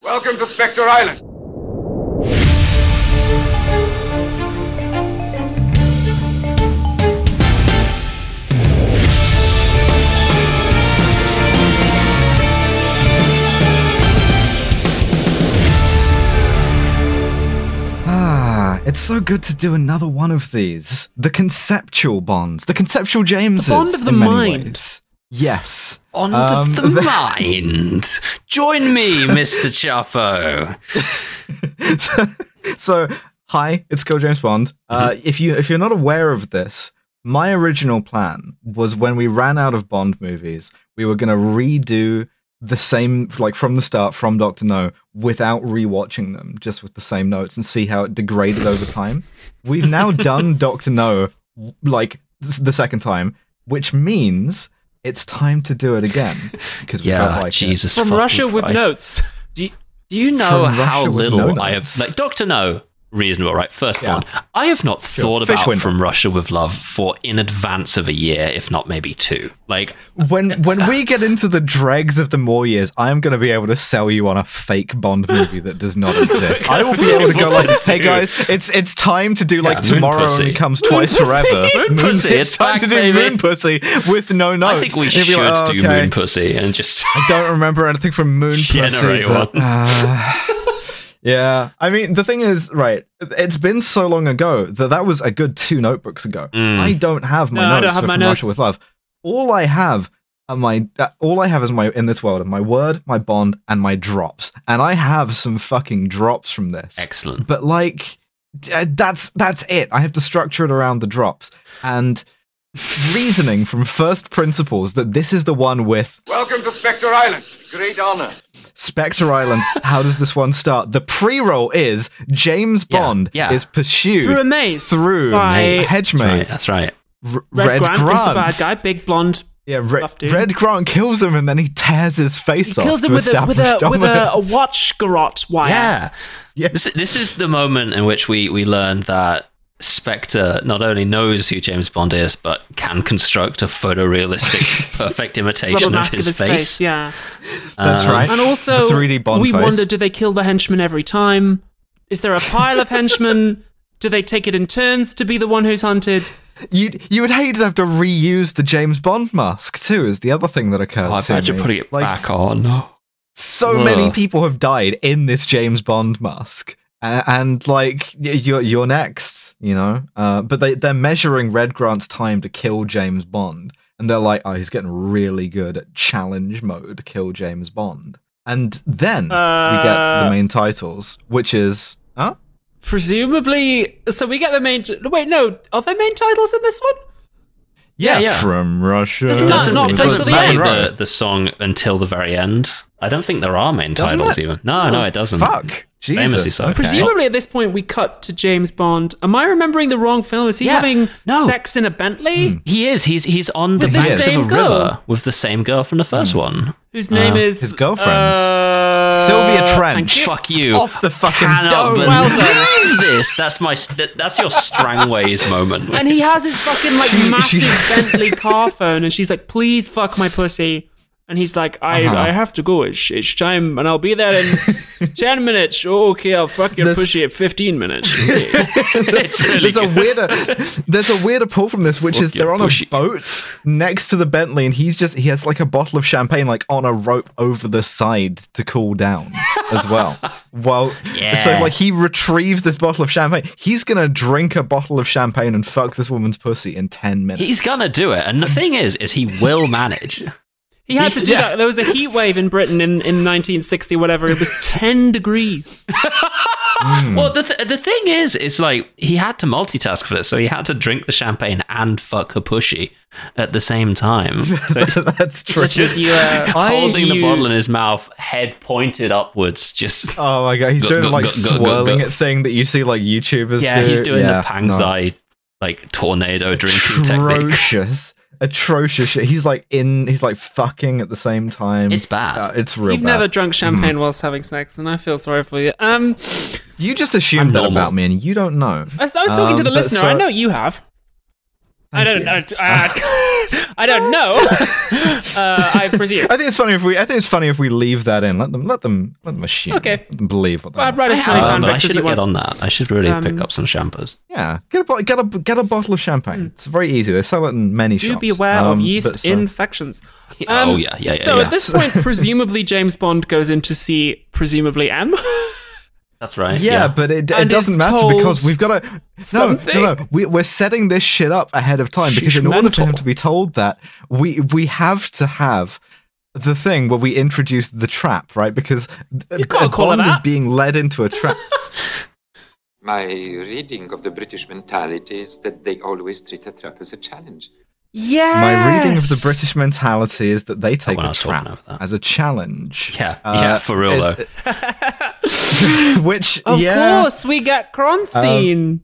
Welcome to Spectre Island. Ah, it's so good to do another one of these. The conceptual bond, the conceptual Jameses. bond of the in many mind. ways. Yes. On Um, the mind. Join me, Mr. Chaffo. so, so, hi, it's Kill James Bond. Uh, If you if you're not aware of this, my original plan was when we ran out of Bond movies, we were gonna redo the same like from the start from Doctor No without rewatching them, just with the same notes and see how it degraded over time. We've now done Doctor No like s- the second time, which means. It's time to do it again because we Yeah, felt like it. Jesus. From fucking Russia with Christ. notes. Do you, do you know From how Russia with little no I have notes. like Doctor No? Reasonable, right? First Yeah. Bond. I have not thought Fish about window. From Russia with Love for in advance of a year, if not maybe two. Like, When when we get into the dregs of the more years, I'm going to be able to sell you on a fake Bond movie that does not exist. I will be able to go like, "Hey guys, it's it's time to do like Yeah, Moon tomorrow Pussy. and comes twice forever. Moon Pussy, it's it's time back, to do baby." Moon Pussy with no notes." I think we And you'll should be like, "Oh, do okay, Moon Pussy and just I don't remember anything from Moon Pussy. Generate But, uh, yeah, I mean the thing is, right? It's been so long ago that that was a good two notebooks ago. Mm. I don't have my No, notes I don't have so my from Russia notes. with Love. All I have are my uh, all I have is my in this world are my word, my bond, and my drops. And I have some fucking drops from this. excellent. But like, d- uh, that's that's it. I have to structure it around the drops and reasoning from first principles that this is the one with Welcome to Spectre Island. Great honor. Spectre Island. How does this one start? The pre-roll is James Yeah, Bond yeah. is pursued Through a maze. through By- a hedge That's right. maze. That's right. R- Red, Grant, is the Grant. bad guy, big blonde. Yeah, Re- Rough dude. Red Grant kills him and then he tears his face He off. kills to him with a, with a establish with a, a dominance. watch garrote wire. Yeah. Yeah. This, this is the moment in which we, we learn that Spectre not only knows who James Bond is, but can construct a photorealistic, perfect Rubber imitation of mask his, face. Yeah. That's Um, right. And also, the 3D Bond we face. wonder: Do they kill the henchmen every time? Is there a pile of henchmen? Do they take it in turns to be the one who's hunted? You you would hate to have to reuse the James Bond mask too. Is the other thing that occurred Oh, I to bet you're me. putting it like, back on. So many Ugh. people have died in this James Bond mask, A- and like y- you're you're next, you know. Uh, but they they're measuring Red Grant's time to kill James Bond, and they're like, oh, he's getting really good at challenge mode, kill James Bond, and then we get the Uh, main titles, which is huh. Presumably, so we get the main. T- wait, no, are there main titles in this one? Yeah, yeah. from Russia. Doesn't It No, doesn't, no, it Place doesn't to the play End. the, the song until the very end. I don't think there are main Doesn't titles it? even. No, no, it doesn't. Fuck. Famously Jesus. so. Okay. Presumably, at this point, we cut to James Bond. Am I remembering the wrong film? Is he Yeah, having no. Hmm. sex in a Bentley? He is. He's he's on the With the banks of same a girl. river with the same girl from the first one. Whose name Uh, is his girlfriend. uh, Sylvia Trench. thank you. Fuck you. Off the fucking Cannot dome. believe Well done. this. That's my. that- That's your Strangways moment. And he has his fucking like massive she's- Bentley car phone, and she's like, "Please fuck my pussy," and he's like, "I Uh-huh. I have to go. It's, it's time, and I'll be there in ten minutes. Oh, okay, I'll fuck your This- pussy at fifteen minutes." it's really there's a good. weirder there's a weirder pull from this which Fuck is they're your on pushy. a boat next to the bentley and he's just he has like a bottle of champagne like on a rope over the side to cool down as well well so Yeah. like he retrieves this bottle of champagne he's gonna drink a bottle of champagne and fuck this woman's pussy in 10 minutes He's gonna do it, and the thing is, is he will manage. He had to do that. There was a heat wave in Britain in, in 1960, whatever. It was 10 degrees. Well, the th- the thing is, is like he had to multitask for this, so he had to drink the champagne and fuck her pushy at the same time. So it's that's true Which is you, uh, holding the you- bottle in his mouth, head pointed upwards, just Oh my god, he's Go- doing go- the like go- go- go- swirling go. it thing that you see like YouTubers yeah, do. he's doing Yeah, no. the pangsai like tornado drinking technique. atrocious, atrocious shit. He's like in, he's like fucking at the same time. It's bad. Uh, it's real. You've bad. never drunk champagne whilst having sex, and I feel sorry for you. Um, You just assumed that normal. about me, and you don't know. I was, I was talking to Um, the but listener. so- I know you have. I don't you. know. I, I don't know. Uh, I presume. I think it's funny if we. I think it's funny if we leave that in. Let them. Let them. Let them assume. Okay. Let them believe what. they Well, I'd want. write as many Um, I fanfics should as you get want. on that. I should really Um, pick up some champers. Yeah. Get a bo- get a get a bottle of champagne. It's very easy. They sell it in many Hmm. Do shops. beware Um, of but yeast so- infections. oh yeah, yeah, yeah. um, So yeah. at this point, presumably James Bond goes in to see presumably M. That's right. Yeah, but it, it And is doesn't matter told because we've got to. No, something. no, no. We, we're setting this shit up ahead of time because Sheesh in order for him mental. to be told that, we we have to have the thing where we introduce the trap, right? Because You can't call it Bond is that. being led into a trap. My reading of the British mentality is that they always treat a trap as a challenge. Yeah. My reading of the British mentality is that they take one I a was talking trap about that. as a challenge. Uh, Yeah, yeah, for real, it's- which, Of yeah, Um, course, we get Kronstein.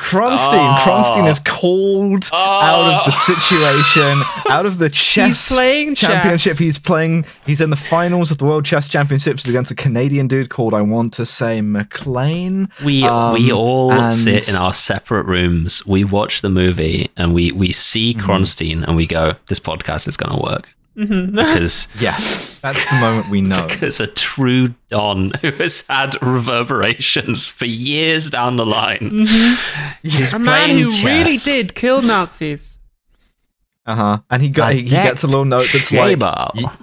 Kronstein. Oh. Kronstein is called out of the situation, out of the chess playing championship. chess. He's playing. He's in the finals of the World Chess Championships against a Canadian dude called I want to say McLean. We Um, we all and- sit in our separate rooms. We watch the movie and we we see Mm-hmm. Kronstein and we go, "This podcast is going to work." Mm-hmm. Because Yes, that's the moment we know. because a true don who has had reverberations for years down the line Mm-hmm. is A man playing who chess. really did kill Nazis. Uh huh. And he got I he, he gets a little note that's like Schable. y-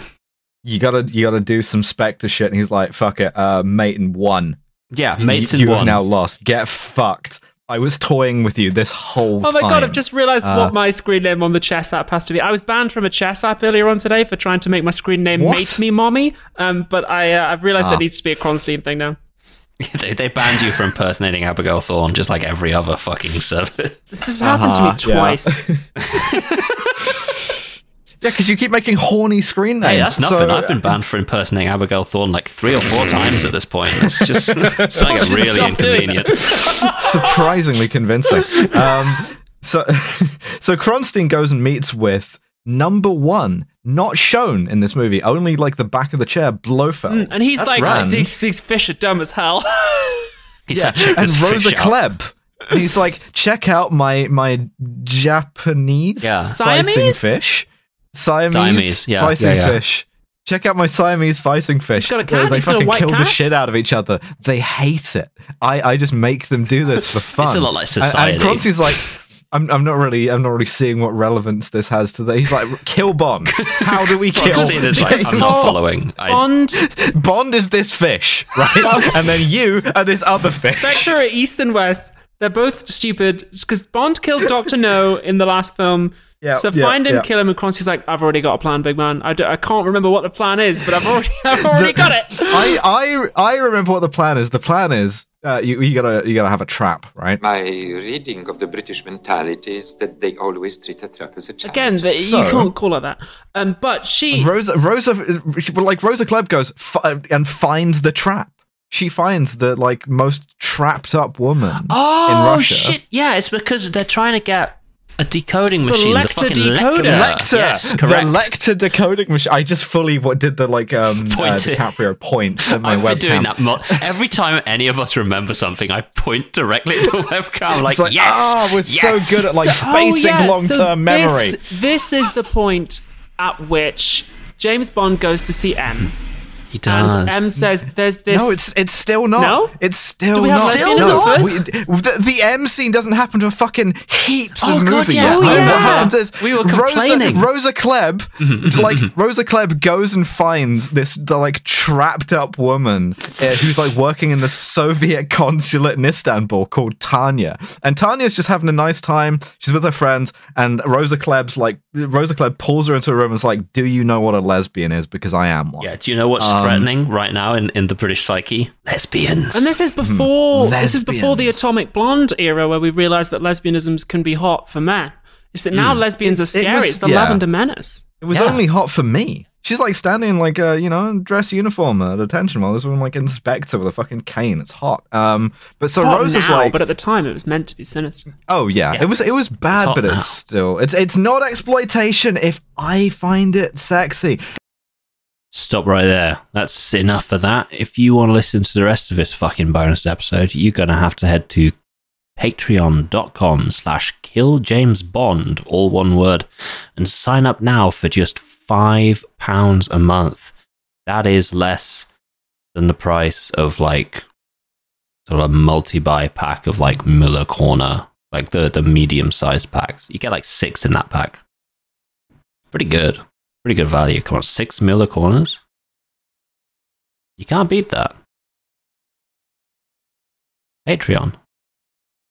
you gotta you gotta do some spectre shit. And he's like, fuck it, uh, mate and one. yeah, You- mates you, in have one. now lost. Get fucked. I was toying with you this whole Oh my time. god, I've just realized Uh, what my screen name on the chess app has to be. I was banned from a chess app earlier on today for trying to make my screen name What? Mate Me Mommy, um, but I, uh, I've realized Ah. there needs to be a Kronstein thing now. they, they banned you for impersonating Abigail Thorne, just like every other fucking service. This has happened to Uh-huh, me yeah. twice. Yeah, because you keep making horny screen names. Hey, that's nothing. so- I've been banned for impersonating Abigail Thorne like three or four times at this point. It's just it's starting to get really Stop doing inconvenient. surprisingly convincing. Um, so, so Kronstein goes and meets with number one, not shown in this movie, only like the back of the chair, Blofeld. And he's That's like, Rand. these, these fish are dumb as hell. He's yeah, like, check and this Rosa fish out. Klebb. And he's like, check out my my Japanese Yeah. vicing Siamese? fish, Siamese, Siamese, yeah, vicing yeah, yeah. fish. Check out my Siamese vicing fish. got a They- cat, They he's got a fucking white kill the cat. shit out of each other. They hate it. I, I just make them do this for fun. a lot like And- society. And Cronsy's like, I'm, I'm not really I'm not really seeing what relevance this has to the. He's like, kill bomb. How do we kill? Constantine is like, I'm not Oh. following. I, Bond, Bond is this fish, right? and then you are this other fish. Spectre are East and West. They're both stupid because Bond killed Doctor No in the last film. Yeah, so yeah, find him, yeah. kill him, and Cronsy's like, "I've already got a plan, big man. I, do- I can't remember what the plan is, but I've already, I've already The- got it." I, I I remember what the plan is. The plan is uh, you, you gotta you gotta have a trap, right? My reading of the British mentality is that they always treat a trap as a challenge. Again, the, So- you can't call her that. Um, but she, Rosa Rosa she- well, like Rosa Klebb goes f- and finds the trap. She finds the like most trapped up woman oh in Russia. shit! Yeah, it's because they're trying to get a decoding machine. The Lecter fucking Lecter. decoder. The Lecter, Yes, the correct. Lecter decoding machine. I just fully what did the like um uh, Pointed. DiCaprio point at my I've been webcam. doing that mo- every time any of us remember something. I point directly at the webcam, like, It's like, yes, ah, we're yes." oh, so good at like basic yeah, so long-term memory. This, this is the point at which James Bond goes to see M, He and does. M says, "There's this." No, it's it's still not. No? it's still Do we have not. lesbianism no, first? we- the, the M scene doesn't happen to a fucking heaps Oh, of God, movie. yeah. yet. Oh, What yeah. happens is We were Rosa, complaining. Rosa Klebb, like Rosa Klebb goes and finds this the like trapped up woman uh, who's like working in the Soviet consulate in Istanbul called Tanya, and Tanya's just having a nice time. She's with her friends, and Rosa Klebb's like Rosa Klebb pulls her into a room and is like, "Do you know what a lesbian is? Because I am one." yeah, do you know what's Um, threatening right now in, in the British psyche? Lesbians. And this is before this is before the Lesbians. atomic blonde era where we realized that lesbianisms can be hot for men. Is that now lesbians are Hmm. it scary? was- it's the yeah. lavender menace. It was Yeah. only hot for me. She's like standing in like a you know dress uniform at attention while this woman like inspector with a fucking cane. It's hot. Um, but so Hot Rose is now, like, but at the time it was meant to be sinister. oh yeah, it was it was bad, hot but now. it's still it's it's not exploitation if I find it sexy. Stop right there. That's enough for that. If you want to listen to the rest of this fucking bonus episode, you're going to have to head to patreon.com slash killjamesbond, all one word, and sign up now for just £5 a month. That is less than the price of like sort of a multi-buy pack of like Miller Corner, like the, the medium-sized packs. You get like six in that pack. Pretty good. Pretty good value. Come on, six Miller Corners? You can't beat that. Patreon.